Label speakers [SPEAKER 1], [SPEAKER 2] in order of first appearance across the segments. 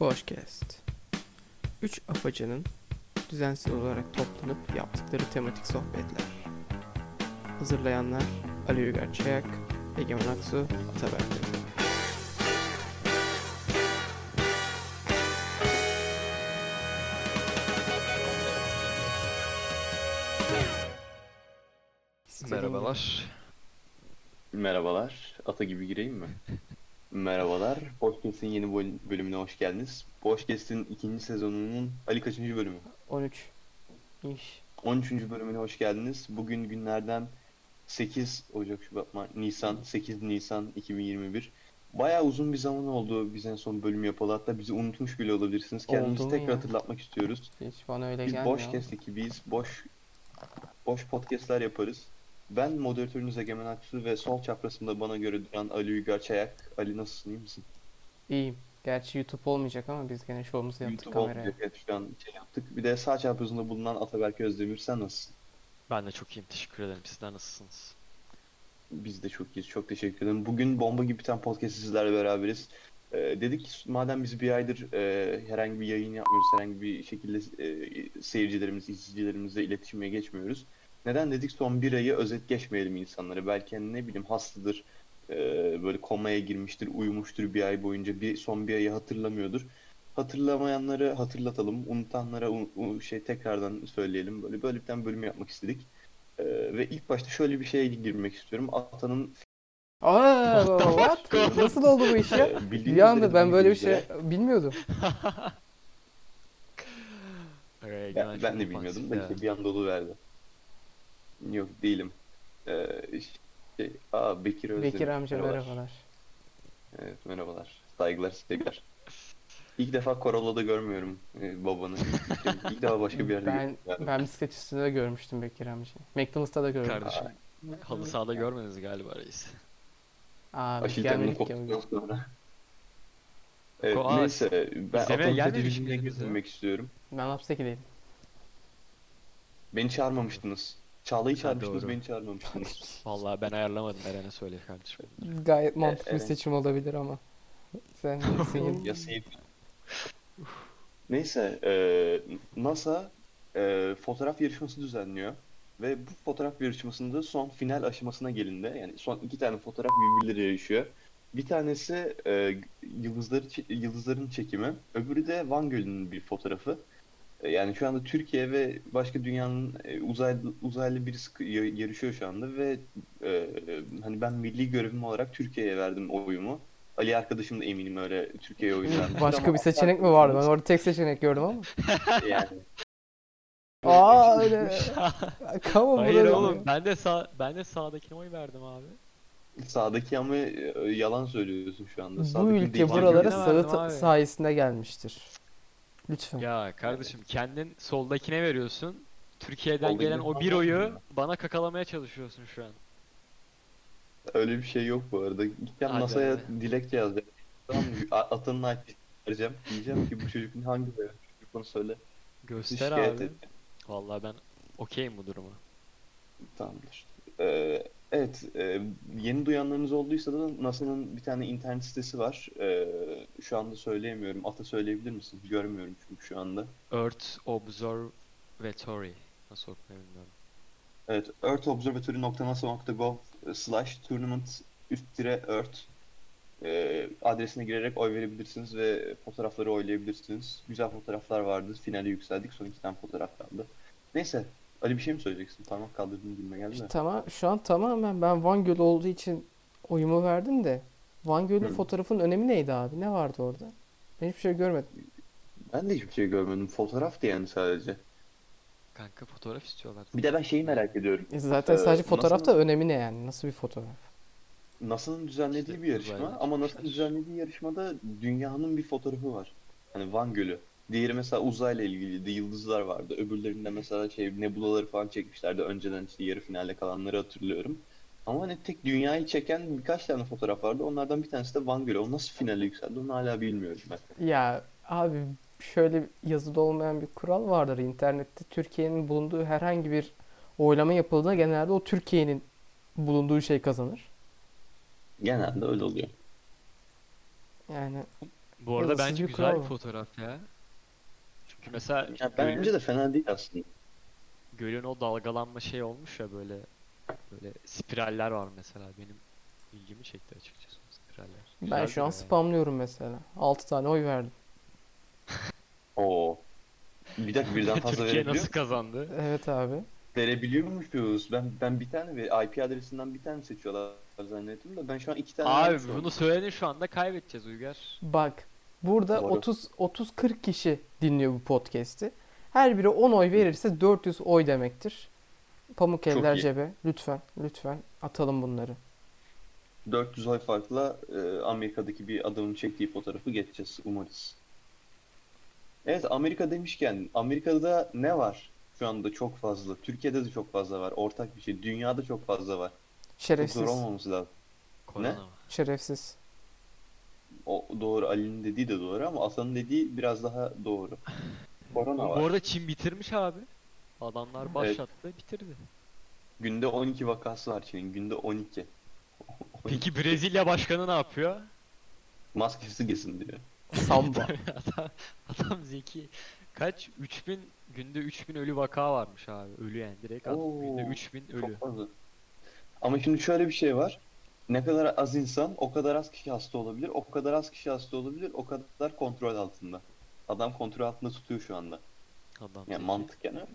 [SPEAKER 1] Boşcast. Üç afacanın düzensiz olarak toplanıp yaptıkları tematik sohbetler. Hazırlayanlar Ali Uygar Çayak, Egemen Aksu, Ataberk Demir. İstediğin
[SPEAKER 2] Merhabalar.
[SPEAKER 3] Merhabalar. Ata gibi gireyim mi? Merhabalar. Boşkes'in yeni bol- bölümüne hoş geldiniz. Boşkes'in ikinci sezonunun Ali kaçıncı bölümü?
[SPEAKER 1] 13. İş.
[SPEAKER 3] 13. bölümüne hoş geldiniz. Bugün günlerden 8 Ocak, Şubat, Mart, Nisan, 8 Nisan 2021. Bayağı uzun bir zaman oldu biz en son bölüm yapalı. Hatta bizi unutmuş bile olabilirsiniz. Kendimizi
[SPEAKER 1] Oldu
[SPEAKER 3] tekrar
[SPEAKER 1] ya.
[SPEAKER 3] hatırlatmak istiyoruz.
[SPEAKER 1] Hiç bana öyle
[SPEAKER 3] Biz
[SPEAKER 1] gelmiyor.
[SPEAKER 3] boş kes ekibiyiz. Boş boş podcast'ler yaparız. Ben moderatörünüz Egemen Aksu ve sol çaprazımda bana göre duran Ali Uygar Çayak. Ali nasılsın iyi misin?
[SPEAKER 1] İyiyim. Gerçi YouTube olmayacak ama biz gene şovumuzu yaptık
[SPEAKER 3] YouTube
[SPEAKER 1] kameraya.
[SPEAKER 3] olmayacak. Evet, şu an şey yaptık. Bir de sağ çaprazımda bulunan Ataberk Özdemir sen nasılsın?
[SPEAKER 2] Ben de çok iyiyim. Teşekkür ederim. Sizler nasılsınız?
[SPEAKER 3] Biz de çok iyiyiz. Çok teşekkür ederim. Bugün bomba gibi biten podcast sizlerle beraberiz. Ee, dedik ki madem biz bir aydır e, herhangi bir yayın yapmıyoruz, herhangi bir şekilde e, seyircilerimiz, izleyicilerimizle iletişime geçmiyoruz. Neden dedik son bir ayı özet geçmeyelim insanlara. Belki hani ne bileyim hastadır, e, böyle komaya girmiştir, uyumuştur bir ay boyunca. Bir son bir ayı hatırlamıyordur. Hatırlamayanları hatırlatalım, unutanlara u- u- şey tekrardan söyleyelim. Böyle böyle bir tane bölüm yapmak istedik. Ee, ve ilk başta şöyle bir şeye girmek istiyorum. Atanın
[SPEAKER 1] Aa,
[SPEAKER 2] What
[SPEAKER 1] what?
[SPEAKER 2] the fuck?
[SPEAKER 1] Nasıl oldu bu iş ya?
[SPEAKER 3] e, bildiğiniz
[SPEAKER 1] Bir anda
[SPEAKER 3] üzere
[SPEAKER 1] ben böyle bir
[SPEAKER 3] bildiğiniz
[SPEAKER 1] şey
[SPEAKER 3] üzere-
[SPEAKER 1] bilmiyordum.
[SPEAKER 2] Araya
[SPEAKER 3] Ben-
[SPEAKER 2] gelen
[SPEAKER 3] Ben,
[SPEAKER 2] çok
[SPEAKER 3] de bilmiyordum da
[SPEAKER 2] ofansif
[SPEAKER 3] işte
[SPEAKER 2] ya.
[SPEAKER 3] bir anda oluverdi. Yok değilim. Ee, şey, aa Bekir Özdemir.
[SPEAKER 1] Bekir amca
[SPEAKER 3] merhabalar.
[SPEAKER 1] merhabalar.
[SPEAKER 3] Evet, merhabalar. Saygılar, sevgiler. İlk defa Corolla'da görmüyorum e, babanı. İlk defa başka bir yerde
[SPEAKER 1] Ben
[SPEAKER 3] görüyorum yani.
[SPEAKER 1] ben bisiklet üstünde de görmüştüm Bekir amcayı. McDonald's'ta da gördüm.
[SPEAKER 2] Kardeşim halı sahada görmediniz galiba reis.
[SPEAKER 1] Aa biz
[SPEAKER 3] Aşil Tem'in
[SPEAKER 1] gelmedik ya.
[SPEAKER 3] koptuktan sonra. Evet,
[SPEAKER 2] Koa-
[SPEAKER 3] neyse
[SPEAKER 2] İzlemeye
[SPEAKER 3] ben Atan'ın
[SPEAKER 2] gelmemiş
[SPEAKER 3] tecrübesine
[SPEAKER 2] miydiniz ya?
[SPEAKER 3] girmek istiyorum.
[SPEAKER 1] Ben hapsedeydim.
[SPEAKER 3] Beni çağırmamıştınız. Çağla'yı
[SPEAKER 2] Ha,
[SPEAKER 3] çağırmıştınız,
[SPEAKER 2] doğru.
[SPEAKER 3] beni çağırmamıştınız.
[SPEAKER 2] Vallahi ben ayarlamadım. Eren'e söyle kardeşim.
[SPEAKER 1] Gayet mantıklı bir
[SPEAKER 3] evet.
[SPEAKER 1] seçim olabilir ama. Sen bilirsin.
[SPEAKER 3] ya sevgi- Neyse, e, NASA e, fotoğraf yarışması düzenliyor ve bu fotoğraf yarışmasında son final aşamasına gelindi. Yani son iki tane fotoğraf birbirleriyle yarışıyor. Bir tanesi e, yıldızları çe- yıldızların çekimi, öbürü de Van Gölü'nün bir fotoğrafı. E, yani şu anda Türkiye ve başka dünyanın e, uzaylı uzaylı birisi k- ya- yarışıyor şu anda ve e, hani ben milli görevim olarak Türkiye'ye verdim oyumu. Ali arkadaşım da eminim öyle Türkiye'ye oy vermiş.
[SPEAKER 1] Başka
[SPEAKER 3] Ama
[SPEAKER 1] bir seçenek mi vardı? Ben orada tek seçenek gördüm ama.
[SPEAKER 3] Yani.
[SPEAKER 1] Aa öyle. Come on,
[SPEAKER 2] Hayır
[SPEAKER 1] brother.
[SPEAKER 2] oğlum ben de sağ ben de sağdakine oy verdim abi.
[SPEAKER 3] Sağdaki ama e, yalan söylüyorsun şu anda.
[SPEAKER 1] Bu
[SPEAKER 3] Sağdaki
[SPEAKER 1] ülke
[SPEAKER 3] değil.
[SPEAKER 1] buralara
[SPEAKER 2] Fark edemedim
[SPEAKER 1] sağıt
[SPEAKER 2] abi.
[SPEAKER 1] sayesinde gelmiştir. Lütfen.
[SPEAKER 2] Ya kardeşim kendin soldakine veriyorsun. Türkiye'den
[SPEAKER 3] Soldakine
[SPEAKER 2] gelen o bir
[SPEAKER 3] falan
[SPEAKER 2] oyu
[SPEAKER 3] vermiyorum
[SPEAKER 2] bana kakalamaya çalışıyorsun şu an.
[SPEAKER 3] Öyle bir şey yok bu arada. Gideceğim
[SPEAKER 2] Hadi
[SPEAKER 3] NASA'ya
[SPEAKER 2] abi.
[SPEAKER 3] dilekçe yazacağım. Tamam mı? A- Atanın IP'sini vereceğim. Diyeceğim ki bu çocuk hangi böyle? Çocuk bunu söyle.
[SPEAKER 2] Göster
[SPEAKER 3] Şikayet
[SPEAKER 2] abi.
[SPEAKER 3] et.
[SPEAKER 2] Vallahi ben okeyim bu duruma.
[SPEAKER 3] Tamamdır. Ee, evet, e, yeni duyanlarınız olduysa da NASA'nın bir tane internet sitesi var. Ee, şu anda söyleyemiyorum. Ata söyleyebilir misin? Görmüyorum çünkü şu anda.
[SPEAKER 2] Earth Observatory. Nasıl okunuyor bilmiyorum.
[SPEAKER 3] Evet, earthobservatory.nasa.gov e, slash tournament üst tire earth e, adresine girerek oy verebilirsiniz ve fotoğrafları oylayabilirsiniz. Güzel fotoğraflar vardı. Finale yükseldik. Son iki tane fotoğraf kaldı. Neyse. Ali bir şey mi söyleyeceksin? Parmak kaldırdığın gibime geldi
[SPEAKER 1] İşte
[SPEAKER 3] mi?
[SPEAKER 1] tamam, şu an tamamen ben Van Gölü olduğu için oyumu verdim de Van Gölü
[SPEAKER 3] Hı.
[SPEAKER 1] fotoğrafın önemi neydi abi? Ne vardı orada? Ben hiçbir şey görmedim.
[SPEAKER 3] Ben de hiçbir şey görmedim. Fotoğraftı yani sadece.
[SPEAKER 2] Kanka fotoğraf istiyorlar.
[SPEAKER 3] Bir de ben şeyi merak ediyorum.
[SPEAKER 1] E Zaten
[SPEAKER 3] Ee,
[SPEAKER 1] sadece fotoğrafta
[SPEAKER 3] nasıl-
[SPEAKER 1] önemi ne yani? Nasıl bir fotoğraf?
[SPEAKER 3] NASA'nın düzenlediği
[SPEAKER 2] İşte
[SPEAKER 3] bir yarışma
[SPEAKER 2] uzaylı
[SPEAKER 3] ama NASA'nın
[SPEAKER 2] çıkmışlar.
[SPEAKER 3] düzenlediği yarışmada dünyanın bir fotoğrafı var. Hani Van Gölü. Diğeri mesela uzayla ilgiliydi. Yıldızlar vardı. Öbürlerinde mesela şey nebulaları falan çekmişlerdi. Önceden işte yarı finalde kalanları hatırlıyorum. Ama hani tek dünyayı çeken birkaç tane fotoğraf vardı. Onlardan bir tanesi de Van Gölü. O nasıl finale yükseldi onu hala bilmiyorum ben.
[SPEAKER 1] Ya abi şöyle yazıda olmayan bir kural vardır internette. Türkiye'nin bulunduğu herhangi bir oylama yapıldığında genelde o Türkiye'nin bulunduğu şey kazanır.
[SPEAKER 3] Genelde öyle oluyor.
[SPEAKER 1] Yani
[SPEAKER 2] Bu arada
[SPEAKER 1] Yazısız
[SPEAKER 2] bence
[SPEAKER 1] bir
[SPEAKER 2] güzel
[SPEAKER 1] kural
[SPEAKER 2] bir
[SPEAKER 1] var.
[SPEAKER 2] fotoğraf ya. Çünkü mesela
[SPEAKER 3] Ya
[SPEAKER 2] gölün,
[SPEAKER 3] bence de fena değil aslında.
[SPEAKER 2] gölün o dalgalanma şey olmuş ya böyle böyle spiraller var mesela benim ilgimi çekti açıkçası o spiraller.
[SPEAKER 1] Ben
[SPEAKER 2] Güzel
[SPEAKER 1] şu an
[SPEAKER 2] duruyor yani.
[SPEAKER 1] spamlıyorum mesela. 6 tane oy verdim.
[SPEAKER 3] Oo. Bir dakika birden fazla
[SPEAKER 2] Türkiye
[SPEAKER 3] verebiliyor
[SPEAKER 2] nasıl kazandı?
[SPEAKER 1] Evet abi.
[SPEAKER 3] Verebiliyormuş diyoruz. Ben ben bir tane ve IP adresinden bir tane seçiyorlar zannettim de ben şu an iki tane
[SPEAKER 2] Abi
[SPEAKER 3] vermiş oldum.
[SPEAKER 2] bunu söyledin şu anda kaybedeceğiz Uygar.
[SPEAKER 1] Bak burada
[SPEAKER 3] Doğru.
[SPEAKER 1] 30 30 40 kişi dinliyor bu podcast'i. Her biri 10 oy verirse 400 oy demektir. Pamuk
[SPEAKER 3] Çok
[SPEAKER 1] eller
[SPEAKER 3] iyi.
[SPEAKER 1] cebe. Lütfen lütfen atalım bunları.
[SPEAKER 3] 400 ay farkla e, Amerika'daki bir adamın çektiği fotoğrafı geçeceğiz umarız. Evet Amerika demişken Amerika'da ne var şu anda çok fazla? Türkiye'de de çok fazla var. Ortak bir şey. Dünyada çok fazla var. Çok zor
[SPEAKER 1] Şerefsiz.
[SPEAKER 3] olmaması lazım.
[SPEAKER 2] Korona mı?
[SPEAKER 1] Şerefsiz.
[SPEAKER 3] O doğru Ali'nin dediği de doğru ama Asan'ın dediği biraz daha doğru. Korona
[SPEAKER 2] Bu
[SPEAKER 3] var.
[SPEAKER 2] arada Çin bitirmiş abi. Adamlar başlattı, bitirdi.
[SPEAKER 3] Günde 12 vakası var Çin'in. Günde 12.
[SPEAKER 2] Peki Brezilya başkanı ne yapıyor?
[SPEAKER 3] Maskesi kesin diyor.
[SPEAKER 1] Samba.
[SPEAKER 2] adam, adam zeki. Kaç? 3000 günde 3000 ölü vaka varmış abi. Ölü yani direkt adam. Günde
[SPEAKER 3] Oo,
[SPEAKER 2] 3000 ölü.
[SPEAKER 3] Çok fazla. Ama şimdi şöyle bir şey var. Ne kadar az insan o kadar az kişi hasta olabilir. O kadar az kişi hasta olabilir. O kadar kontrol altında. Adam kontrol altında tutuyor şu anda.
[SPEAKER 2] Adam
[SPEAKER 3] Yani
[SPEAKER 2] zeki.
[SPEAKER 3] mantıken öyle.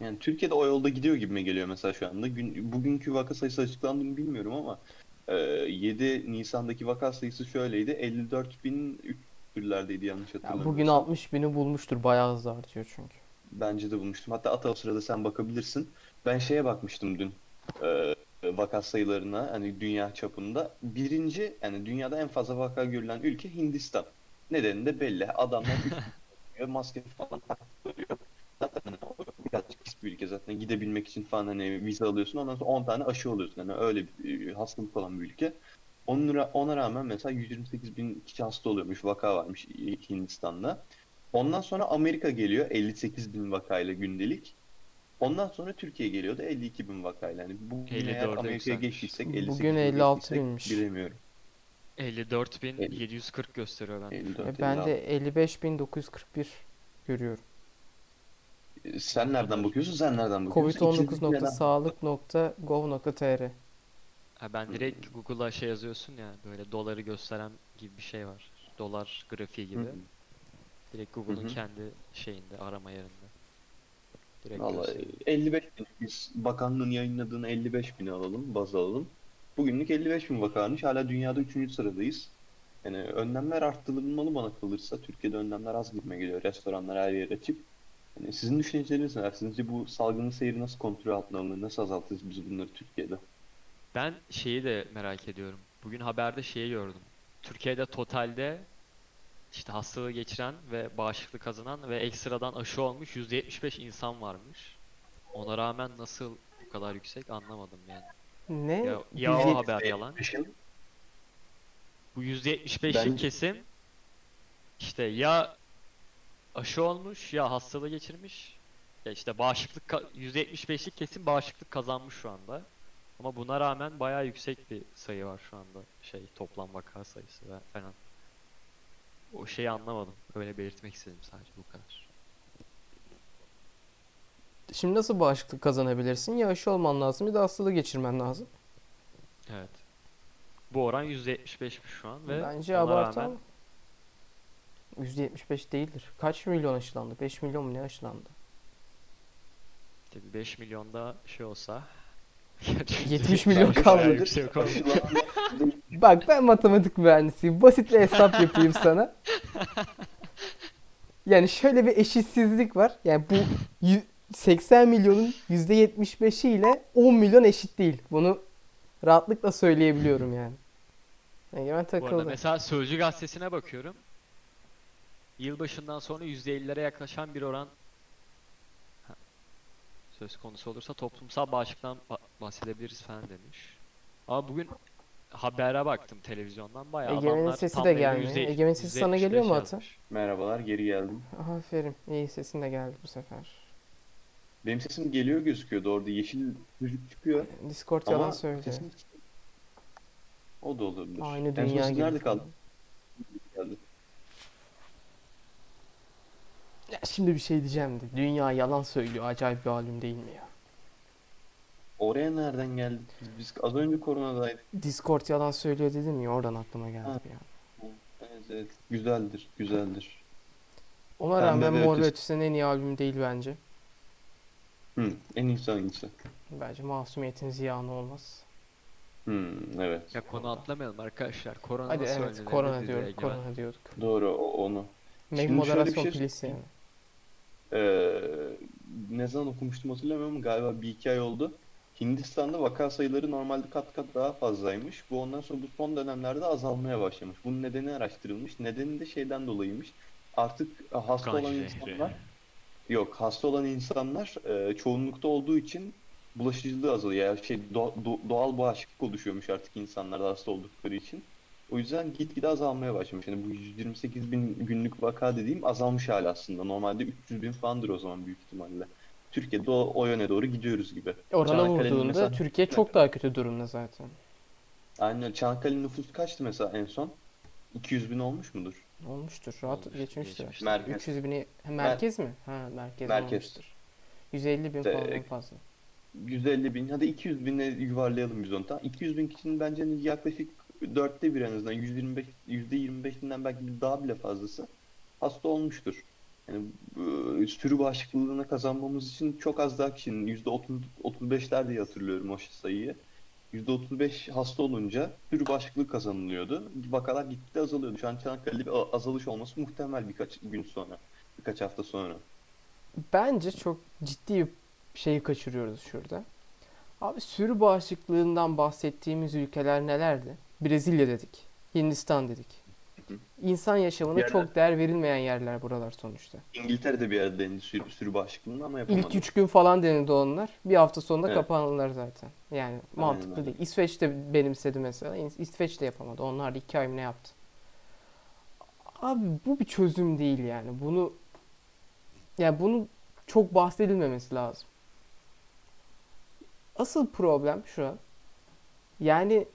[SPEAKER 3] Yani Türkiye'de o yolda gidiyor gibi mi geliyor mesela şu anda? Gün, bugünkü vaka sayısı açıklandı mı bilmiyorum ama e, 7 Nisan'daki vaka sayısı şöyleydi. 54.000 türlerdeydi yanlış
[SPEAKER 1] Ya
[SPEAKER 3] hatırlamıyorum.
[SPEAKER 1] bugün 60 bini bulmuştur. Bayağı hızlı artıyor çünkü. E,
[SPEAKER 3] Bence de bulmuştum. Hatta at o sırada sen bakabilirsin. Ben şeye bakmıştım dün. E, vaka sayılarına hani dünya çapında. Birinci yani dünyada en fazla vaka görülen ülke Hindistan. Nedeni de belli. Adamlar üç- maske falan takıyor. Zaten hani o birazcık pis bir ülke zaten. Gidebilmek için falan hani vize alıyorsun. Ondan sonra 10 tane aşı oluyorsun. Hani öyle bir e, hastalık olan bir ülke. Onun, ra- ona rağmen mesela 128 bin kişi hasta oluyormuş. Vaka varmış Hindistan'da. Ondan sonra Amerika geliyor 58 bin vakayla gündelik. Ondan sonra Türkiye geliyordu 52 bin vakayla. Yani bu
[SPEAKER 2] 54'e
[SPEAKER 3] eğer Amerika'ya
[SPEAKER 2] yükselmiş.
[SPEAKER 3] geçtiysek
[SPEAKER 1] Bugün
[SPEAKER 3] 58 bin
[SPEAKER 1] 56
[SPEAKER 3] geçtiysek
[SPEAKER 1] binmiş.
[SPEAKER 3] Bilemiyorum.
[SPEAKER 2] 54.740 gösteriyor bende.
[SPEAKER 1] E
[SPEAKER 3] 54,
[SPEAKER 1] ben de 55.941 görüyorum.
[SPEAKER 3] 56. Sen nereden bakıyorsun? Sen nereden bakıyorsun? İkiniz de neden-
[SPEAKER 1] covid19.sağlık.gov.tr
[SPEAKER 2] Ha ben direkt Google'a şey yazıyorsun ya böyle doları gösteren gibi bir şey var. Dolar grafiği gibi.
[SPEAKER 3] Hı hı.
[SPEAKER 2] Direkt Google'ın
[SPEAKER 3] Hı hı.
[SPEAKER 2] kendi şeyinde arama yerinde. Direkt
[SPEAKER 3] Vallahi
[SPEAKER 2] gösteriyor.
[SPEAKER 3] 55 bin. Biz bakanlığın yayınladığını 55 bini alalım, baz alalım. Bugünlük 55 bin vakanmış. Hala dünyada 3. sıradayız. Yani önlemler arttırılmalı bana kalırsa. Türkiye'de önlemler az gitme geliyor. Restoranlar her yer açık. Yani sizin düşünceleriniz neler? Sizce bu salgının seyri nasıl kontrol altına alınır? Nasıl azaltırız biz bunları Türkiye'de?
[SPEAKER 2] Ben şeyi de merak ediyorum. Bugün haberde şeyi gördüm. Türkiye'de totalde işte hastalığı geçiren ve bağışıklık kazanan ve ekstradan aşı olmuş 175 insan varmış. Ona rağmen nasıl bu kadar yüksek anlamadım yani.
[SPEAKER 1] Ne?
[SPEAKER 2] Ya, ya
[SPEAKER 1] Yüz yet-
[SPEAKER 2] o haber yalan.
[SPEAKER 3] Peşin.
[SPEAKER 2] Bu 175'lik
[SPEAKER 3] Bence-
[SPEAKER 2] kesim işte ya aşı olmuş ya hastalığı geçirmiş. Ya işte bağışıklık ka- 175'lik kesim bağışıklık kazanmış şu anda. Ama buna rağmen bayağı yüksek bir sayı var şu anda. Şey toplam vaka sayısı ve falan. O şeyi anlamadım. Öyle belirtmek istedim sadece bu kadar.
[SPEAKER 1] Şimdi nasıl bağışıklık kazanabilirsin? Ya aşı olman lazım, bir de hastalığı geçirmen lazım.
[SPEAKER 2] Evet. Bu oran %75'miş şu an ve
[SPEAKER 1] Bence
[SPEAKER 2] ona
[SPEAKER 1] abartı
[SPEAKER 2] rağmen
[SPEAKER 1] ama. %75 değildir. Kaç milyon aşılandı? 5 milyon mu ne aşılandı?
[SPEAKER 2] tabii 5 milyonda şey olsa Gerçi
[SPEAKER 1] 70 milyon
[SPEAKER 2] %75
[SPEAKER 1] kaldı.
[SPEAKER 2] bayağı yüksek olmuş.
[SPEAKER 1] Bak ben matematik mühendisiyim. Basitle hesap yapayım sana. Yani şöyle bir eşitsizlik var. Yani bu yü- 80 milyonun %75'i ile 10 milyon eşit değil. Bunu rahatlıkla söyleyebiliyorum yani. Yani ben
[SPEAKER 2] Bu arada
[SPEAKER 1] takıldım.
[SPEAKER 2] mesela Sözcü gazetesine bakıyorum. Yılbaşından sonra %50'lere yaklaşan bir oran ha, söz konusu olursa toplumsal bağışıklıktan ba- bahsedebiliriz falan demiş. Ama bugün habere baktım televizyondan bayağı
[SPEAKER 1] Egemen'in
[SPEAKER 2] adamlar
[SPEAKER 1] sesi
[SPEAKER 2] tam
[SPEAKER 1] de
[SPEAKER 2] böyle
[SPEAKER 1] gelmiyor.
[SPEAKER 2] %70,
[SPEAKER 1] Egemen'in sesi sana geliyor mu
[SPEAKER 2] %75
[SPEAKER 1] Ata?
[SPEAKER 2] yazmış.
[SPEAKER 3] Merhabalar, geri geldim.
[SPEAKER 1] Aferin. İyi sesin de geldi bu sefer.
[SPEAKER 3] Benim sesim geliyor gözüküyordu orada. Yeşil çocuk çıkıyor.
[SPEAKER 1] Discord
[SPEAKER 3] Ama
[SPEAKER 1] yalan söylüyor.
[SPEAKER 3] sesim- O da olabilir.
[SPEAKER 1] Aynı
[SPEAKER 3] En son
[SPEAKER 1] dünya
[SPEAKER 3] siz
[SPEAKER 1] gibi.
[SPEAKER 3] Nerede
[SPEAKER 1] falan.
[SPEAKER 3] kaldı? Geldi.
[SPEAKER 1] şimdi bir şey diyeceğim de. Dünya yalan söylüyor. Acayip bir halim değil mi ya?
[SPEAKER 3] Oraya nereden geldik? Biz, biz az önce koronadaydık.
[SPEAKER 1] Discord yalan söylüyor dedim ya oradan aklıma geldi
[SPEAKER 3] Ha.
[SPEAKER 1] bir an.
[SPEAKER 3] Evet, evet. Güzeldir, güzeldir.
[SPEAKER 1] Ona
[SPEAKER 3] Pembe
[SPEAKER 1] rağmen
[SPEAKER 3] ve
[SPEAKER 1] Mor ve
[SPEAKER 3] Ötesi.
[SPEAKER 1] Ötesi'nin en iyi albümü değil bence.
[SPEAKER 3] Hı, en iyisi hangisi?
[SPEAKER 1] Bence Masumiyet'in ziyanı olmaz.
[SPEAKER 3] Hı, evet.
[SPEAKER 2] Ya konu atlamayalım arkadaşlar. Korona
[SPEAKER 1] Hadi
[SPEAKER 2] nasıl
[SPEAKER 1] evet
[SPEAKER 2] önlenir
[SPEAKER 1] korona
[SPEAKER 2] dedi
[SPEAKER 1] diyoruz
[SPEAKER 2] Ege.
[SPEAKER 1] korona diyorduk.
[SPEAKER 3] Doğru o- onu.
[SPEAKER 1] Meg
[SPEAKER 3] Şimdi şöyle bir
[SPEAKER 1] moderasyon
[SPEAKER 3] şey-
[SPEAKER 1] polisi yani.
[SPEAKER 3] Ee, ne zaman okumuştum hatırlamıyorum galiba bir iki ay oldu. Hindistan'da vaka sayıları normalde kat kat daha fazlaymış. Bu ondan sonra bu son dönemlerde azalmaya başlamış. Bunun nedeni araştırılmış. Nedeni de şeyden dolayıymış. Artık hasta
[SPEAKER 2] Kan
[SPEAKER 3] olan
[SPEAKER 2] şehri.
[SPEAKER 3] insanlar yok hasta olan insanlar e, çoğunlukta olduğu için bulaşıcılığı azalıyor. Yani şey do- do- doğal bağışıklık oluşuyormuş artık insanlarda hasta oldukları için. O yüzden gitgide azalmaya başlamış. Yani bu 128 bin günlük vaka dediğim azalmış hala aslında. Normalde 300 bin falandır o zaman büyük ihtimalle. Türkiye'de o, o yöne doğru gidiyoruz gibi.
[SPEAKER 1] Orana
[SPEAKER 3] Çanakkale'nin
[SPEAKER 1] vurduğunda
[SPEAKER 3] mesela-
[SPEAKER 1] Türkiye çok daha kötü durumda zaten.
[SPEAKER 3] Aynen Çanakkale nüfusu kaçtı mesela en son? 200 bin olmuş mudur?
[SPEAKER 1] Olmuştur. Rahat
[SPEAKER 2] Olmuştur,
[SPEAKER 1] geçmiştir.
[SPEAKER 2] geçmiştir.
[SPEAKER 3] Merkez.
[SPEAKER 1] 300 bini ha, merkez mi? Ha merkez,
[SPEAKER 3] Merkez.
[SPEAKER 1] olmuştur. 150 bin
[SPEAKER 3] İşte-
[SPEAKER 1] falan fazla.
[SPEAKER 3] 150 bin hadi 200 bine yuvarlayalım biz onu. Tamam. 200 bin kişinin bence hani yaklaşık dörtte bir en azından 125 %25'inden belki bir daha bile fazlası hasta olmuştur. Yani e, sürü bağışıklığına kazanmamız için çok az daha kişinin %30 35'ler diye hatırlıyorum o sayıyı. %35 hasta olunca sürü bağışıklığı kazanılıyordu. Vakalar gitgide azalıyordu. Şu an Çanakkale'de bir a- azalış olması muhtemel birkaç gün sonra. Birkaç hafta sonra.
[SPEAKER 1] Bence çok ciddi bir şeyi kaçırıyoruz şurada. Abi sürü bağışıklığından bahsettiğimiz ülkeler nelerdi? Brezilya dedik. Hindistan dedik.
[SPEAKER 3] Hı.
[SPEAKER 1] İnsan yaşamına
[SPEAKER 3] Yerler.
[SPEAKER 1] çok değer verilmeyen yerler buralar sonuçta.
[SPEAKER 3] İngiltere'de bir yerde denendi sürü, sürü bağışıklığını ama yapamadı.
[SPEAKER 1] İlk 3 gün falan denedi onlar. Bir hafta sonunda
[SPEAKER 3] Evet.
[SPEAKER 1] kapandılar zaten. Yani mantıklı
[SPEAKER 3] öyle.
[SPEAKER 1] değil. İsveç de benimsedi mesela. İs- İsveç de yapamadı. Onlar da 2 ay mı ne yaptı? Abi bu bir çözüm değil yani. Bunu yani bunu çok bahsedilmemesi lazım. Asıl problem şu an. Yani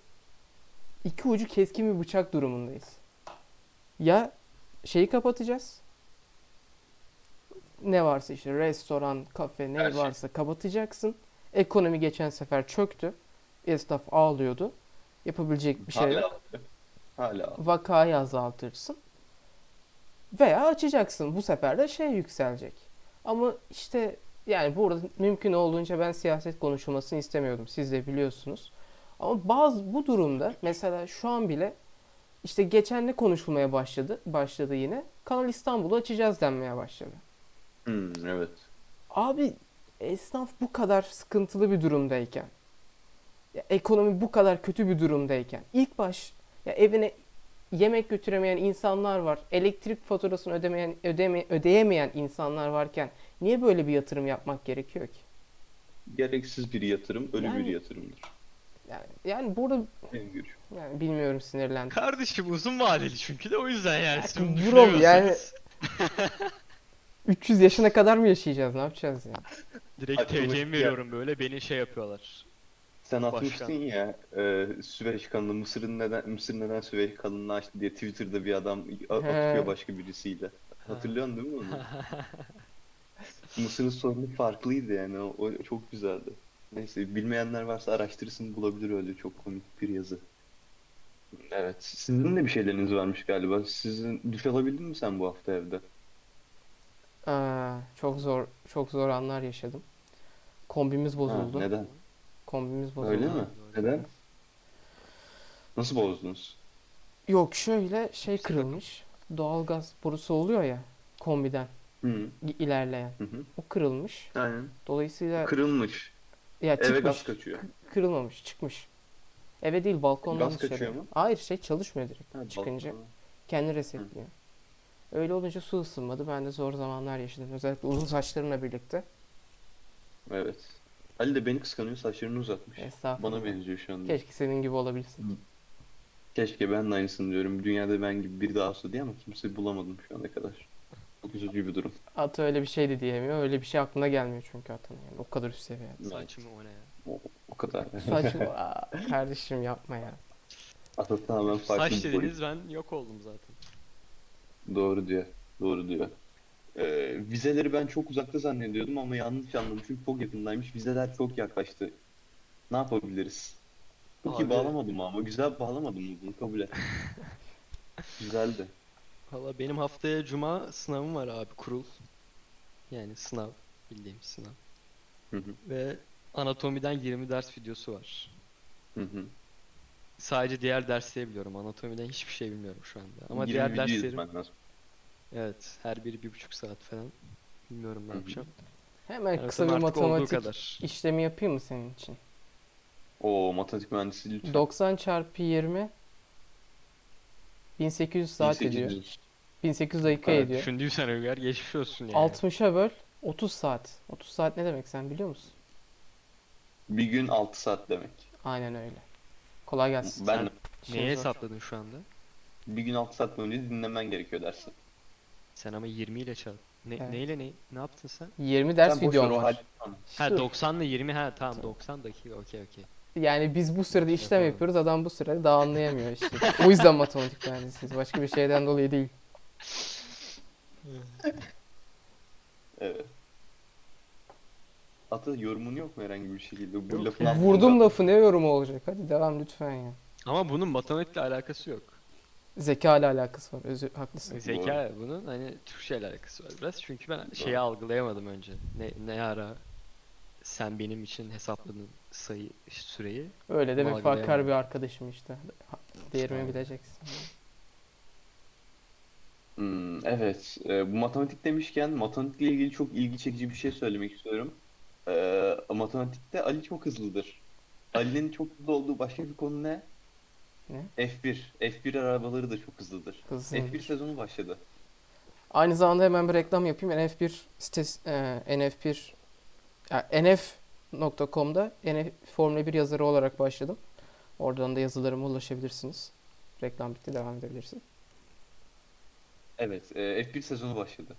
[SPEAKER 1] iki ucu keskin bir bıçak durumundayız. Ya şeyi kapatacağız. Ne varsa işte restoran, kafe ne
[SPEAKER 3] Her şey.
[SPEAKER 1] varsa kapatacaksın. Ekonomi geçen sefer çöktü. Esnaf ağlıyordu. Yapabilecek bir şey yok.
[SPEAKER 3] Hala. Hala.
[SPEAKER 1] Vakayı azaltırsın. Veya açacaksın. Bu sefer de şey yükselecek. Ama işte yani burada mümkün olduğunca ben siyaset konuşulmasını istemiyordum. Siz de biliyorsunuz. Ama bazı bu durumda mesela şu an bile işte geçen ne konuşulmaya başladı başladı yine. Kanal İstanbul'u açacağız denmeye başladı.
[SPEAKER 3] Hmm, evet.
[SPEAKER 1] Abi esnaf bu kadar sıkıntılı bir durumdayken, ya ekonomi bu kadar kötü bir durumdayken, ilk baş ya evine yemek götüremeyen insanlar var, elektrik faturasını ödemeyen ödeme, ödeyemeyen insanlar varken niye böyle bir yatırım yapmak gerekiyor ki?
[SPEAKER 3] Gereksiz bir yatırım, ölü
[SPEAKER 1] Yani-
[SPEAKER 3] bir yatırımdır.
[SPEAKER 1] Yani, yani burada
[SPEAKER 3] Benim görüşüm.
[SPEAKER 1] yani bilmiyorum sinirlendim.
[SPEAKER 2] Kardeşim uzun vadeli çünkü de o yüzden yani. siz bunu
[SPEAKER 1] Bro,
[SPEAKER 2] düşünemiyorsunuz.
[SPEAKER 1] yani- 300 yaşına kadar mı yaşayacağız? Ne yapacağız yani?
[SPEAKER 2] Direkt
[SPEAKER 3] Akıllı-
[SPEAKER 2] TC'mi veriyorum böyle beni şey yapıyorlar.
[SPEAKER 3] Sen
[SPEAKER 2] Başkan.
[SPEAKER 3] atmıştın ya e, Süveyş kanalı Mısır'ın neden Mısır neden Süveyş kanalını açtı diye Twitter'da bir adam a- atıyor başka birisiyle. Hatırlıyorsun değil mi onu? Mısır'ın sorunu farklıydı yani o, o çok güzeldi. Neyse bilmeyenler varsa araştırsın bulabilir öyle çok komik bir yazı. Evet. Sizin de bir şeyleriniz varmış galiba. Sizin duş alabildin mi sen bu hafta evde?
[SPEAKER 1] Aa, çok zor çok zor anlar yaşadım. Kombimiz
[SPEAKER 3] Ha,
[SPEAKER 1] bozuldu.
[SPEAKER 3] neden?
[SPEAKER 1] Kombimiz bozuldu.
[SPEAKER 3] Öyle mi? Neden? Nasıl bozdunuz?
[SPEAKER 1] Yok şöyle şey kırılmış. Doğalgaz borusu oluyor ya kombiden
[SPEAKER 3] Hı
[SPEAKER 1] i- ilerleyen.
[SPEAKER 3] hı. hı.
[SPEAKER 1] O kırılmış.
[SPEAKER 3] Aynen.
[SPEAKER 1] Dolayısıyla
[SPEAKER 3] Kırılmış.
[SPEAKER 1] ya
[SPEAKER 3] Eve gaz
[SPEAKER 1] e, çıkmış.
[SPEAKER 3] kaçıyor.
[SPEAKER 1] Kırılmamış, çıkmış. Eve değil balkondan
[SPEAKER 3] Gaz
[SPEAKER 1] dışarı.
[SPEAKER 3] kaçıyor mu?
[SPEAKER 1] Hayır şey çalışmıyor direkt.
[SPEAKER 3] Ha,
[SPEAKER 1] Çıkınca
[SPEAKER 3] balkona.
[SPEAKER 1] kendi resetliyor. Öyle olunca su ısınmadı. Ben de zor zamanlar yaşadım. Özellikle uzun saçlarımla birlikte.
[SPEAKER 3] Evet. Ali de beni kıskanıyor saçlarını uzatmış.
[SPEAKER 1] Estağfurullah.
[SPEAKER 3] Şey, Bana benziyor şu anda.
[SPEAKER 1] Keşke senin gibi olabilsin.
[SPEAKER 3] Keşke ben de aynısını diyorum. Dünyada ben gibi biri daha olsa diye ama kimse bulamadım şu ana kadar. Çok üzücü bir durum.
[SPEAKER 1] Ata öyle bir şey de diyemiyor. Öyle bir şey aklına gelmiyor çünkü Ata'nın. Yani o kadar üst seviyede.
[SPEAKER 2] Saçma o ne ya.
[SPEAKER 3] O, o kadar.
[SPEAKER 1] Saçma. Aa, kardeşim yapma ya.
[SPEAKER 3] Ata tamamen farklı
[SPEAKER 2] Saç
[SPEAKER 3] bir boyut.
[SPEAKER 2] dediniz ben yok oldum zaten.
[SPEAKER 3] Doğru diyor. Doğru diyor. Ee, vizeleri ben çok uzakta zannediyordum ama yanlış anladım çünkü çok yakındaymış. Vizeler çok yaklaştı. Ne yapabiliriz? Çok iyi
[SPEAKER 4] Abi-
[SPEAKER 3] bağlamadım ama güzel bağlamadım mı bunu kabul et. Güzeldi.
[SPEAKER 2] Valla benim haftaya cuma sınavım var abi kurul. Yani sınav bildiğim sınav.
[SPEAKER 3] Hı hı,
[SPEAKER 2] Ve anatomiden 20 ders videosu var.
[SPEAKER 3] hı hı.
[SPEAKER 2] Sadece diğer dersleri biliyorum. Anatomiden hiçbir şey bilmiyorum şu anda. Ama
[SPEAKER 3] Yeni
[SPEAKER 2] diğer
[SPEAKER 3] bir video
[SPEAKER 2] derslerim
[SPEAKER 3] izlemen lazım.
[SPEAKER 2] evet her biri bir buçuk saat falan. Bilmiyorum ne
[SPEAKER 3] Hı hı.
[SPEAKER 2] yapacağım.
[SPEAKER 1] Hemen
[SPEAKER 2] Yani
[SPEAKER 1] E, kısa bir
[SPEAKER 2] artık olduğu
[SPEAKER 1] matematik
[SPEAKER 2] kadar.
[SPEAKER 1] işlemi yapayım mı senin için?
[SPEAKER 3] Oo matematik mühendisi lütfen.
[SPEAKER 1] 90 çarpı 20 1800 saat ediyor.
[SPEAKER 3] 1800.
[SPEAKER 1] 1800 dakika
[SPEAKER 2] Evet,
[SPEAKER 1] ediyor.
[SPEAKER 2] Düşündüysen Ömer geçmiş olsun yani.
[SPEAKER 1] 60'a böl 30 saat. 30 saat ne demek sen biliyor musun?
[SPEAKER 3] Bir gün 6 saat demek.
[SPEAKER 1] Aynen öyle. Kolay gelsin.
[SPEAKER 3] Ben de
[SPEAKER 1] İşiniz
[SPEAKER 2] Neye
[SPEAKER 1] var.
[SPEAKER 2] hesapladın şu anda?
[SPEAKER 3] bir gün 6 saat boyunca dinlemen gerekiyor dersi.
[SPEAKER 2] Sen ama 20 ile çarp. Ne,
[SPEAKER 1] Evet.
[SPEAKER 2] neyle ne, ne yaptın sen?
[SPEAKER 1] 20 ders
[SPEAKER 3] Sen boş ver,
[SPEAKER 1] videom
[SPEAKER 3] o
[SPEAKER 1] var.
[SPEAKER 3] hal- Tamam.
[SPEAKER 2] Ha
[SPEAKER 1] Dur.
[SPEAKER 2] 90 ile 20 ha tamam
[SPEAKER 1] Tabii.
[SPEAKER 2] 90 dakika okey okey.
[SPEAKER 1] Yani biz bu sırada işlem
[SPEAKER 2] Yapamadım.
[SPEAKER 1] yapıyoruz. Adam bu sırada daha anlayamıyor işte. o yüzden matematik mühendisiyiz. Başka bir şeyden dolayı değil.
[SPEAKER 3] Evet. Ata yorumun yok mu herhangi bir şekilde? Bu
[SPEAKER 2] Yok
[SPEAKER 3] lafın
[SPEAKER 2] ya.
[SPEAKER 3] altında-
[SPEAKER 1] Vurdum lafı ne yorumu olacak? Hadi devam lütfen ya.
[SPEAKER 2] Ama bunun matematikle alakası yok.
[SPEAKER 1] Zeka ile alakası var. Özür, haklısın.
[SPEAKER 2] Zeka bunun hani Türkçe ile alakası var biraz. Çünkü ben şeyi
[SPEAKER 3] Doğru.
[SPEAKER 2] algılayamadım önce. Ne, ne ara sen benim için hesapladın sayı süreyi.
[SPEAKER 1] Öyle de
[SPEAKER 2] Vallahi
[SPEAKER 1] vefakar
[SPEAKER 2] bilemedim.
[SPEAKER 1] bir arkadaşım işte. Ha- Değerimi
[SPEAKER 2] Tamam.
[SPEAKER 1] bileceksin.
[SPEAKER 3] Hmm, evet. Ee, bu matematik demişken matematikle ilgili çok ilgi çekici bir şey söylemek istiyorum. Ee, matematikte Ali çok hızlıdır. Ali'nin çok hızlı olduğu başka bir konu ne?
[SPEAKER 1] Ne?
[SPEAKER 3] F1. F1 arabaları da çok hızlıdır.
[SPEAKER 1] Hızlıyım.
[SPEAKER 3] F1 sezonu başladı.
[SPEAKER 1] Aynı zamanda hemen bir reklam yapayım. NF1 sitesi, e, NF1 ya, nf.com'da NF Formula 1 yazarı olarak başladım. Oradan da yazılarıma ulaşabilirsiniz. Reklam bitti devam edebilirsin.
[SPEAKER 3] Evet, e, F1 sezonu başladı.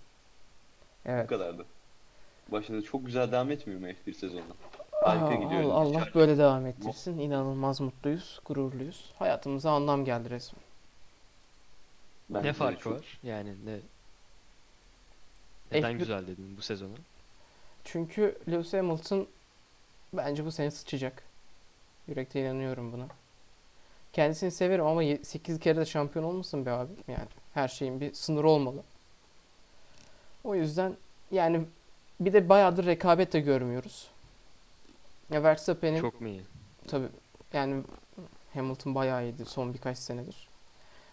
[SPEAKER 3] Bu
[SPEAKER 1] Evet.
[SPEAKER 3] kadardı. Başladı. Çok güzel devam etmiyor mu F1 sezonu?
[SPEAKER 1] Aa,
[SPEAKER 3] Harika gidiyor.
[SPEAKER 1] Allah, Allah böyle devam ettirsin. İnanılmaz mutluyuz, gururluyuz. Hayatımıza anlam geldi resmen.
[SPEAKER 3] Bence
[SPEAKER 2] ne
[SPEAKER 3] de
[SPEAKER 2] farkı
[SPEAKER 3] çok-
[SPEAKER 2] var? Yani ne neden
[SPEAKER 1] F1
[SPEAKER 2] güzel dedin bu sezonu?
[SPEAKER 1] Çünkü Lewis Hamilton bence bu sene sıçacak. Yürekte inanıyorum buna. Kendisini severim ama 8 kere de şampiyon olmasın be abi. Yani her şeyin bir sınırı olmalı. O yüzden yani bir de bayağıdır rekabet de görmüyoruz. Ya Verstappen'in
[SPEAKER 2] Çok mu iyi?
[SPEAKER 1] tabii yani Hamilton bayağı iyiydi son birkaç senedir.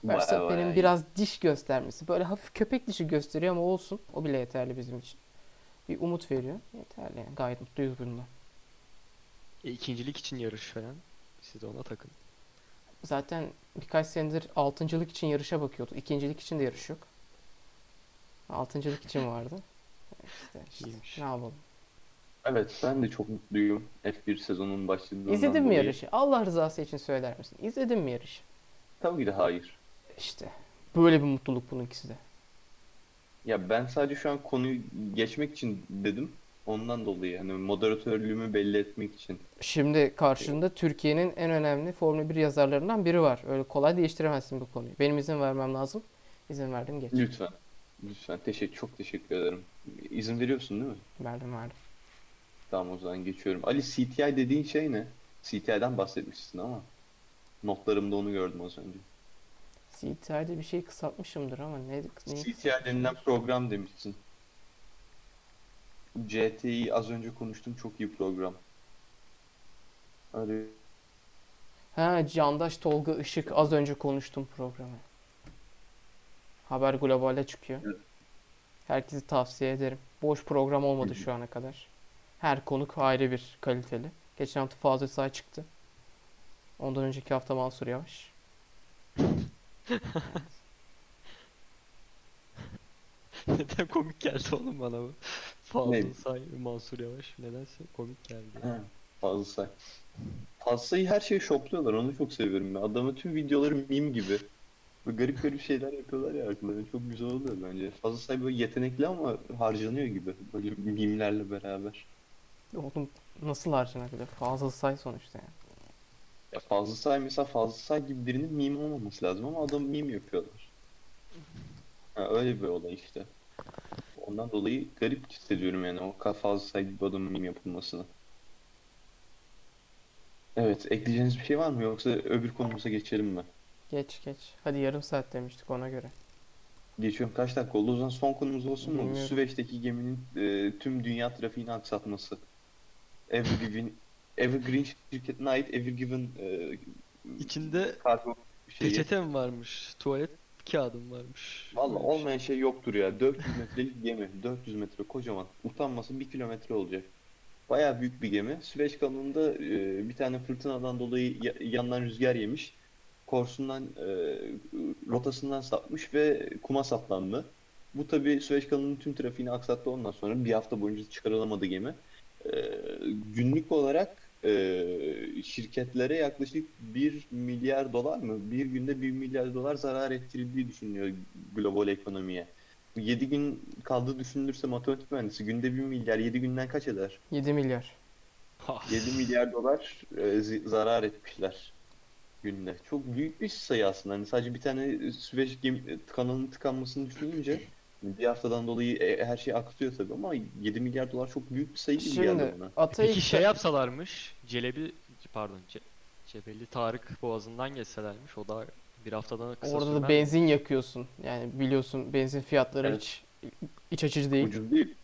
[SPEAKER 3] Baya
[SPEAKER 1] Verstappen'in
[SPEAKER 3] baya
[SPEAKER 1] biraz diş göstermesi. Böyle hafif köpek dişi gösteriyor ama olsun. O bile yeterli bizim için. Bir umut veriyor. Yeterli yani. Gayet mutluyuz bununla.
[SPEAKER 2] E, ikincilik için yarış falan. Siz de ona takın.
[SPEAKER 1] Zaten birkaç senedir altıncılık için yarışa bakıyordu. İkincilik için de yarış yok. Altıncılık için vardı. İşte, işte
[SPEAKER 2] İyiymiş.
[SPEAKER 1] ne yapalım.
[SPEAKER 3] Evet, ben de çok mutluyum F1 sezonunun başladığından
[SPEAKER 1] İzledin mi
[SPEAKER 3] dolayı.
[SPEAKER 1] yarışı? Allah rızası için söyler misin? İzledin mi yarışı?
[SPEAKER 3] Tabii ki de hayır.
[SPEAKER 1] İşte böyle bir mutluluk bununkisi de.
[SPEAKER 3] Ya ben sadece şu an konuyu geçmek için dedim. Ondan dolayı hani moderatörlüğümü belli etmek için.
[SPEAKER 1] Şimdi karşında Türkiye'nin en önemli Formula 1 yazarlarından biri var. Öyle kolay değiştiremezsin bu konuyu. Benim izin vermem lazım. İzin verdim geç.
[SPEAKER 3] Lütfen. Lütfen. Teşekkür, çok teşekkür ederim. İzin veriyorsun değil mi?
[SPEAKER 1] Verdim verdim.
[SPEAKER 3] Tamam o zaman geçiyorum. Ali CTI dediğin şey ne? CTI'den bahsetmişsin ama. Notlarımda onu gördüm az önce.
[SPEAKER 1] CTR'de bir şey kısaltmışımdır ama ne, ne
[SPEAKER 3] CTI denilen program demişsin. CTI az önce konuştum çok iyi program. Arıyorum.
[SPEAKER 1] Ha Candaş Tolga Işık az önce konuştum programı. Haber Global'de çıkıyor.
[SPEAKER 3] Evet.
[SPEAKER 1] Herkese tavsiye ederim. Boş program olmadı
[SPEAKER 3] Hı
[SPEAKER 1] şu ana kadar. Her konuk ayrı bir kaliteli. Geçen hafta Fazıl Say çıktı. Ondan önceki hafta Mansur Yavaş.
[SPEAKER 2] neden komik geldi oğlum bana bu? Fazıl
[SPEAKER 3] Ne?
[SPEAKER 2] Say, Mansur Yavaş nedense komik geldi.
[SPEAKER 3] He, Fazıl Say. Fazıl Say'ı her şeye şopluyorlar. Onu çok seviyorum ya. Adamın tüm videoları meme gibi. Böyle garip garip şeyler yapıyorlar ya arkalarına. Çok güzel oluyor bence. Fazıl Say böyle yetenekli ama harcanıyor gibi. Böyle mimlerle beraber.
[SPEAKER 1] Oğlum nasıl harcanabilir? Fazıl Say sonuçta yani.
[SPEAKER 3] Ya Fazıl Say mesela Fazıl Say gibi birinin meme olmaması lazım ama adam meme yapıyorlar. Ha, öyle bir olay işte. Ondan dolayı garip hissediyorum yani o kadar fazla saygı bir adamın yapılmasını. Evet, ekleyeceğiniz bir şey var mı yoksa öbür konumuza geçelim mi?
[SPEAKER 1] Geç geç. Hadi yarım saat demiştik ona göre.
[SPEAKER 3] Geçiyorum kaç dakika oldu o zaman son konumuz olsun mu?
[SPEAKER 1] Bilmiyorum.
[SPEAKER 3] Süveyş'teki geminin e, tüm dünya trafiğini aksatması. Every Given, Evergreen şirketine ait Every Given e,
[SPEAKER 5] İçinde
[SPEAKER 3] kargo şeyi.
[SPEAKER 5] peçete mi varmış? Tuvalet kağıdı mı varmış?
[SPEAKER 3] Valla
[SPEAKER 5] Böyle bir şey.
[SPEAKER 3] olmayan şey yoktur ya. 400 metrelik gemi. 400 metre kocaman. Utanması 1 kilometre olacak. Baya büyük bir gemi. Süveyş kanalında e, bir tane fırtınadan dolayı ya- yandan rüzgar yemiş. Korsundan, e, rotasından sapmış ve kuma saplandı. Bu tabi Süveyş kanalının tüm trafiğini aksattı ondan sonra. Bir hafta boyunca çıkarılamadı gemi. E, günlük olarak e, şirketlere yaklaşık 1 milyar dolar mı? Bir günde 1 milyar dolar zarar ettirildiği düşünülüyor global ekonomiye. 7 gün kaldığı düşünülürse matematik mühendisi günde 1 milyar 7 günden kaç eder?
[SPEAKER 1] 7 milyar.
[SPEAKER 2] Ha,
[SPEAKER 3] 7 milyar dolar e, zi- zarar etmişler günde. Çok büyük bir sayı aslında. Hani sadece bir tane Süveyş gemi, kanalının tıkanmasını düşününce bir haftadan dolayı e, her şey aksıyor tabii ama 7 milyar dolar çok büyük bir sayı gibi geldi
[SPEAKER 1] Şimdi
[SPEAKER 3] bana.
[SPEAKER 1] Ata
[SPEAKER 2] Peki şey yapsalarmış. Celebi pardon Ce- Cebeli Tarık boğazından geçselermiş. O da bir haftadan kısa
[SPEAKER 1] orada da
[SPEAKER 2] sürmez.
[SPEAKER 1] benzin yakıyorsun. Yani biliyorsun benzin fiyatları
[SPEAKER 3] Evet.
[SPEAKER 1] hiç iç açıcı değil.
[SPEAKER 3] Ucuz değil.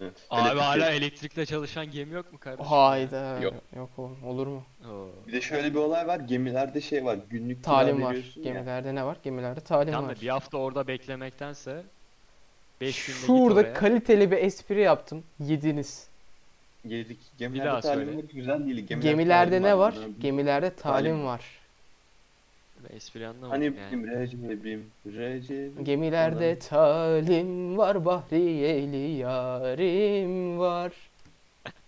[SPEAKER 3] Evet.
[SPEAKER 2] Abi
[SPEAKER 3] Elektrik-
[SPEAKER 2] hala elektrikle çalışan gemi yok mu kardeşim?
[SPEAKER 1] Hayda.
[SPEAKER 3] Yok.
[SPEAKER 1] Yok oğlum olur mu?
[SPEAKER 2] Oo.
[SPEAKER 3] Bir de şöyle bir olay var. Gemilerde şey var. Günlük kira
[SPEAKER 1] Talim var.
[SPEAKER 3] veriyorsun ya.
[SPEAKER 1] Gemilerde ne var? Gemilerde talim
[SPEAKER 2] Tamam
[SPEAKER 1] var.
[SPEAKER 2] da bir hafta orada beklemektense 5 günde git
[SPEAKER 1] Şurada
[SPEAKER 2] oraya.
[SPEAKER 1] kaliteli bir espri yaptım. Yediniz.
[SPEAKER 3] Yedik.
[SPEAKER 2] Bir
[SPEAKER 3] Gemilerde
[SPEAKER 2] daha söyle.
[SPEAKER 3] talimleri güzel değil.
[SPEAKER 1] Gemilerde
[SPEAKER 3] talim
[SPEAKER 1] ne var?
[SPEAKER 3] var? Bunlar-
[SPEAKER 1] Gemilerde talim
[SPEAKER 3] Talim.
[SPEAKER 1] var.
[SPEAKER 2] Espri anlamadım
[SPEAKER 3] Hani
[SPEAKER 2] yani.
[SPEAKER 3] bileyim Recep'im, Recep'im.
[SPEAKER 1] Gemilerde talim var, Bahriyeli yarim var.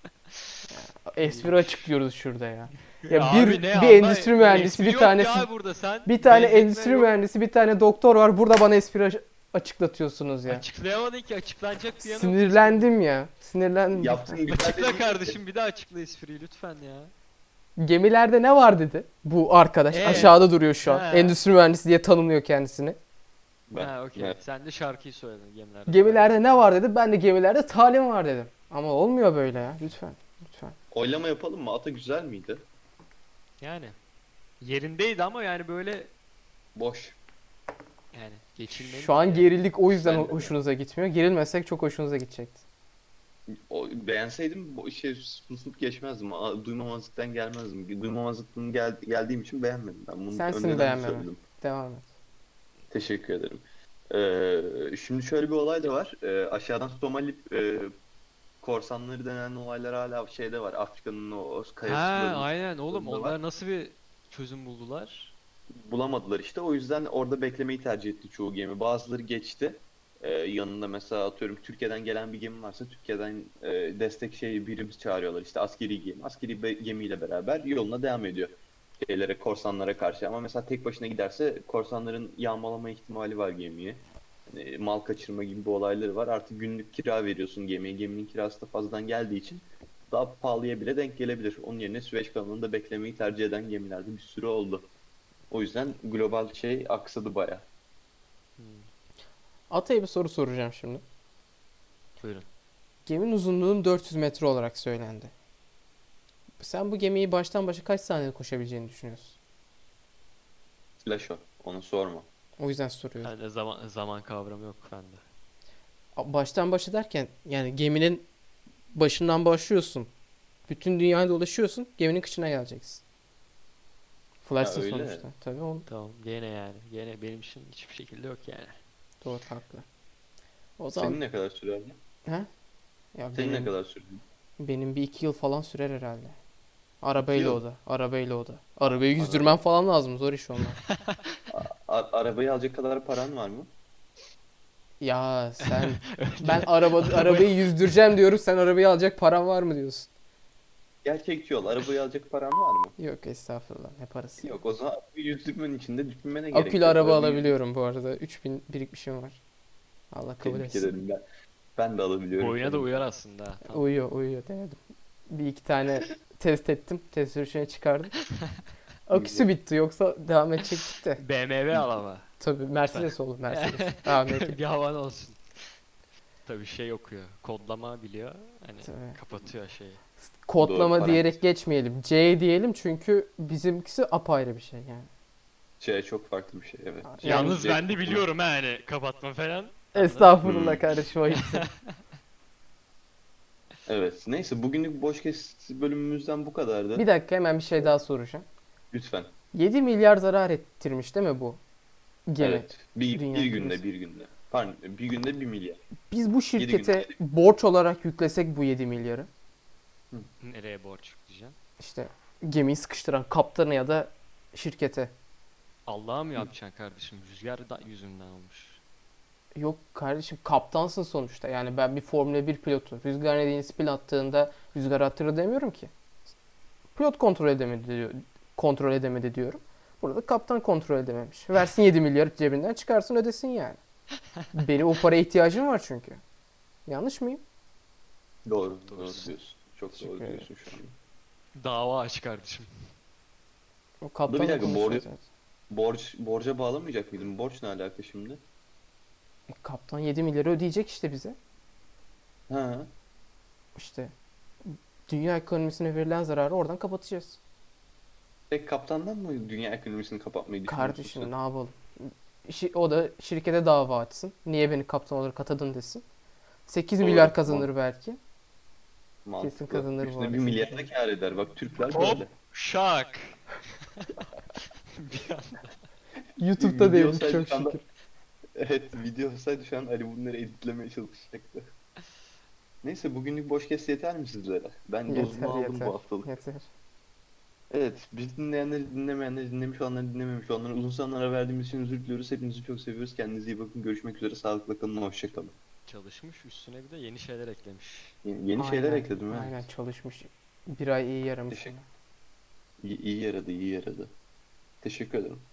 [SPEAKER 1] Ya, Espri açıklıyoruz şurada ya. Ya
[SPEAKER 2] Abi
[SPEAKER 1] bir,
[SPEAKER 2] ne
[SPEAKER 1] bir
[SPEAKER 2] anla-
[SPEAKER 1] endüstri mühendisi,
[SPEAKER 2] espri
[SPEAKER 1] bir
[SPEAKER 2] yok
[SPEAKER 1] tanesi,
[SPEAKER 2] ya burada sen
[SPEAKER 1] bir tane
[SPEAKER 2] benzetme
[SPEAKER 1] endüstri
[SPEAKER 2] yok.
[SPEAKER 1] mühendisi, bir tane doktor var. Burada bana espri aç- açıklatıyorsunuz ya.
[SPEAKER 2] Açıklayamadın ki açıklanacak bir yanı yok.
[SPEAKER 1] Sinirlendim ya. Sinirlendim.
[SPEAKER 3] Yaptığın güzel
[SPEAKER 2] Açıkla
[SPEAKER 3] dediğin-
[SPEAKER 2] kardeşim bir daha açıkla espriyi lütfen ya.
[SPEAKER 1] Gemilerde ne var dedi bu arkadaş.
[SPEAKER 2] Ee?
[SPEAKER 1] Aşağıda duruyor şu an.
[SPEAKER 2] Ha.
[SPEAKER 1] Endüstri mühendisi diye tanımlıyor kendisini.
[SPEAKER 3] Ben-
[SPEAKER 2] ha okey.
[SPEAKER 3] evet.
[SPEAKER 2] Sen de şarkıyı söyledin gemilerde.
[SPEAKER 1] Gemilerde ne var dedi. Ben de gemilerde talim var dedim. Ama olmuyor böyle ya. Lütfen. Lütfen.
[SPEAKER 3] Oylama yapalım mı? Ata güzel miydi?
[SPEAKER 2] Yani. Yerindeydi ama yani böyle
[SPEAKER 3] Boş.
[SPEAKER 2] yani geçilmeli.
[SPEAKER 1] Şu an gerildik o yüzden
[SPEAKER 3] Bence de.
[SPEAKER 1] hoşunuza gitmiyor. Gerilmesek çok hoşunuza gidecekti.
[SPEAKER 3] O, beğenseydim bu şey susup geçmezdim. A- Duymamazlıktan gelmezdim. Duymamazlıktan gel, geldiğim için beğenmedim ben. Bunu
[SPEAKER 1] Sensin
[SPEAKER 3] önceden de
[SPEAKER 1] beğenmemen.
[SPEAKER 3] söyledim.
[SPEAKER 1] Devam et.
[SPEAKER 3] Teşekkür ederim. Ee, şimdi şöyle bir olay da var. Ee, aşağıdan Somali e, korsanları denen olaylar hala şeyde var. Afrika'nın o
[SPEAKER 2] Ha
[SPEAKER 3] kayasında
[SPEAKER 2] aynen oğlum
[SPEAKER 3] Bunda var.
[SPEAKER 2] onlar nasıl bir çözüm buldular?
[SPEAKER 3] bulamadılar işte. O yüzden orada beklemeyi tercih etti çoğu gemi. Bazıları geçti. Ee, yanında mesela atıyorum Türkiye'den gelen bir gemi varsa Türkiye'den e, destek şeyi birimiz çağırıyorlar. İşte askeri gemi. Askeri be- gemiyle beraber yoluna devam ediyor. Şeylere, korsanlara karşı. Ama mesela tek başına giderse korsanların yağmalama ihtimali var gemiyi. Hani mal kaçırma gibi bir olayları var. Artık günlük kira veriyorsun gemiye. Geminin kirası da fazladan geldiği için daha pahalıya bile denk gelebilir. Onun yerine Süveyş kanalında beklemeyi tercih eden gemilerde bir sürü oldu. O yüzden global şey aksadı baya.
[SPEAKER 1] Atay'a bir soru soracağım şimdi.
[SPEAKER 2] Buyurun.
[SPEAKER 1] Geminin uzunluğunun 400 metre olarak söylendi. Sen bu gemiyi baştan başa kaç saniyede koşabileceğini düşünüyorsun?
[SPEAKER 3] Flash o. Onu sorma.
[SPEAKER 1] O yüzden soruyorum.
[SPEAKER 2] Yani zaman zaman kavramı yok bende.
[SPEAKER 1] A- Baştan başa derken yani geminin başından başlıyorsun. Bütün dünyayı dolaşıyorsun. Geminin kıçına geleceksin. Flash'ın
[SPEAKER 3] öyle.
[SPEAKER 1] sonuçta. Tabii o
[SPEAKER 2] Tamam gene yani. Gene benim için hiçbir şekilde yok yani.
[SPEAKER 1] doğru haklı. O zaman
[SPEAKER 3] Senin ne kadar sürer? mi?
[SPEAKER 1] ya
[SPEAKER 3] Senin ne
[SPEAKER 1] benim-
[SPEAKER 3] kadar sürer?
[SPEAKER 1] Benim bir iki yıl falan sürer herhalde. Arabayla
[SPEAKER 3] yıl?
[SPEAKER 1] o da. Arabayla o da. Arabayı yüzdürmem falan lazım. Zor iş onlar.
[SPEAKER 3] A- arabayı alacak kadar paran var mı?
[SPEAKER 1] ya sen ben araba arabayı yüzdüreceğim diyorum. Sen arabayı alacak paran var mı diyorsun?
[SPEAKER 3] Gerçekçi ol. Arabayı alacak paran var mı?
[SPEAKER 1] Yok estağfurullah ne parası.
[SPEAKER 3] Yok o zaman bir yüzlüğün içinde düşünmene gerek
[SPEAKER 1] Akülü
[SPEAKER 3] yok.
[SPEAKER 1] araba
[SPEAKER 3] Arabayı
[SPEAKER 1] alabiliyorum bu arada. 3000 birikmişim var. Allah kabul
[SPEAKER 3] Tebrik
[SPEAKER 1] etsin.
[SPEAKER 3] ederim ben. Ben de alabiliyorum.
[SPEAKER 2] Boyuna da uyar aslında. ha, Tamam.
[SPEAKER 1] Uyuyor uyuyor denedim. Bir iki tane test ettim. Test sürüşüne çıkardım. Aküsü bitti yoksa devam edecektik de.
[SPEAKER 2] BMW al ama.
[SPEAKER 1] Tabii Mercedes olur Mercedes. Ahmet.
[SPEAKER 2] bir havan olsun. tabii şey okuyor. Kodlama biliyor. Hani
[SPEAKER 1] Tabii.
[SPEAKER 2] kapatıyor şeyi.
[SPEAKER 1] Kodlama
[SPEAKER 3] parantez.
[SPEAKER 1] diyerek geçmeyelim. C diyelim çünkü bizimkisi apayrı bir şey yani.
[SPEAKER 3] Şey çok farklı bir şey evet.
[SPEAKER 1] Aa,
[SPEAKER 3] Şey,
[SPEAKER 2] Yalnız
[SPEAKER 3] C-
[SPEAKER 2] ben de biliyorum ha hani kapatma falan.
[SPEAKER 1] Estağfurullah
[SPEAKER 3] Hmm.
[SPEAKER 1] karışmayın.
[SPEAKER 3] Evet. Neyse bugünlük boş kes bölümümüzden bu kadardı.
[SPEAKER 1] bir dakika hemen bir şey daha soracağım.
[SPEAKER 3] Lütfen.
[SPEAKER 1] 7 milyar zarar ettirmiş değil mi bu gemi?
[SPEAKER 3] Evet. Bir,
[SPEAKER 1] Dünya
[SPEAKER 3] bir günde
[SPEAKER 1] krizi.
[SPEAKER 3] bir günde. Pardon bir günde bir milyar.
[SPEAKER 1] Biz bu
[SPEAKER 3] Yedi günde
[SPEAKER 1] şirkete
[SPEAKER 3] yedik.
[SPEAKER 1] borç olarak yüklesek bu 7 milyarı
[SPEAKER 2] Nereye borç yükleyeceğim?
[SPEAKER 1] işte gemiyi sıkıştıran kaptanı ya da şirkete.
[SPEAKER 5] Allah'a mı yapacaksın kardeşim? Rüzgar da yüzünden olmuş.
[SPEAKER 1] Yok kardeşim kaptansın sonuçta. Yani ben bir Formula 1 pilotu. Rüzgar nedeni spin attığında rüzgar attırı demiyorum ki. Pilot kontrol edemedi diyor. Kontrol edemedi diyorum. Burada kaptan kontrol edememiş. Versin 7 milyarı cebinden çıkarsın ödesin yani. Benim o paraya ihtiyacım var çünkü. Yanlış mıyım?
[SPEAKER 3] Doğru. Doğru
[SPEAKER 2] Doğrusu.
[SPEAKER 3] diyorsun. Çok
[SPEAKER 1] Teşekkür
[SPEAKER 3] doğru
[SPEAKER 1] ederim.
[SPEAKER 3] diyorsun şu an.
[SPEAKER 2] Dava aç kardeşim.
[SPEAKER 1] O kaptanla
[SPEAKER 3] dakika,
[SPEAKER 1] konuşuyor
[SPEAKER 3] borcu-
[SPEAKER 1] zaten.
[SPEAKER 3] Borç, borca bağlamayacak mıydın? Borç ne alaka şimdi?
[SPEAKER 1] E, kaptan 7 milyarı ödeyecek işte bize.
[SPEAKER 3] Ha.
[SPEAKER 1] İşte dünya ekonomisine verilen zararı oradan kapatacağız.
[SPEAKER 3] Tek kaptandan mı dünya ekonomisini kapatmayı düşünüyorsun
[SPEAKER 1] Kardeşim
[SPEAKER 3] sen?
[SPEAKER 1] ne yapalım? Şi- o da şirkete dava açsın. Niye beni kaptan olarak atadın desin. 8
[SPEAKER 3] Olur,
[SPEAKER 1] milyar
[SPEAKER 3] tamam.
[SPEAKER 1] kazanır belki.
[SPEAKER 3] Mantıklı.
[SPEAKER 1] kesin kazanır bu
[SPEAKER 3] Üstüne
[SPEAKER 1] arada.
[SPEAKER 3] bir milyar da kâr eder. Bak Türkler
[SPEAKER 2] Hop.
[SPEAKER 3] böyle.
[SPEAKER 2] Şak. Bir an-
[SPEAKER 1] YouTube'da
[SPEAKER 3] Video
[SPEAKER 1] devrim
[SPEAKER 3] saydı
[SPEAKER 1] çok
[SPEAKER 3] şu anda-
[SPEAKER 1] şükür.
[SPEAKER 3] Evet video olsaydı şu an Ali bunları editlemeye çalışacaktı. Neyse bugünlük boş kes yeter mi sizlere? Ben dozumu
[SPEAKER 1] Yeter
[SPEAKER 3] aldım
[SPEAKER 1] yeter.
[SPEAKER 3] bu haftalık.
[SPEAKER 1] Yeter.
[SPEAKER 3] Evet, biz dinleyenleri dinlemeyenleri dinlemiş olanları dinlememiş olanları uzun zamanlara verdiğimiz için özür diliyoruz. Hepinizi çok seviyoruz. Kendinize iyi bakın. Görüşmek üzere. Sağlıkla kalın. Hoşçakalın.
[SPEAKER 2] Çalışmış üstüne bir de yeni şeyler eklemiş.
[SPEAKER 3] Yeni, yeni şeyler
[SPEAKER 1] Aynen,
[SPEAKER 3] ekledim. ha.
[SPEAKER 1] Aynen çalışmış. Bir ay iyi yaramış.
[SPEAKER 3] Teşekkür- İyi, iyi yaradı, iyi yaradı. Teşekkür ederim.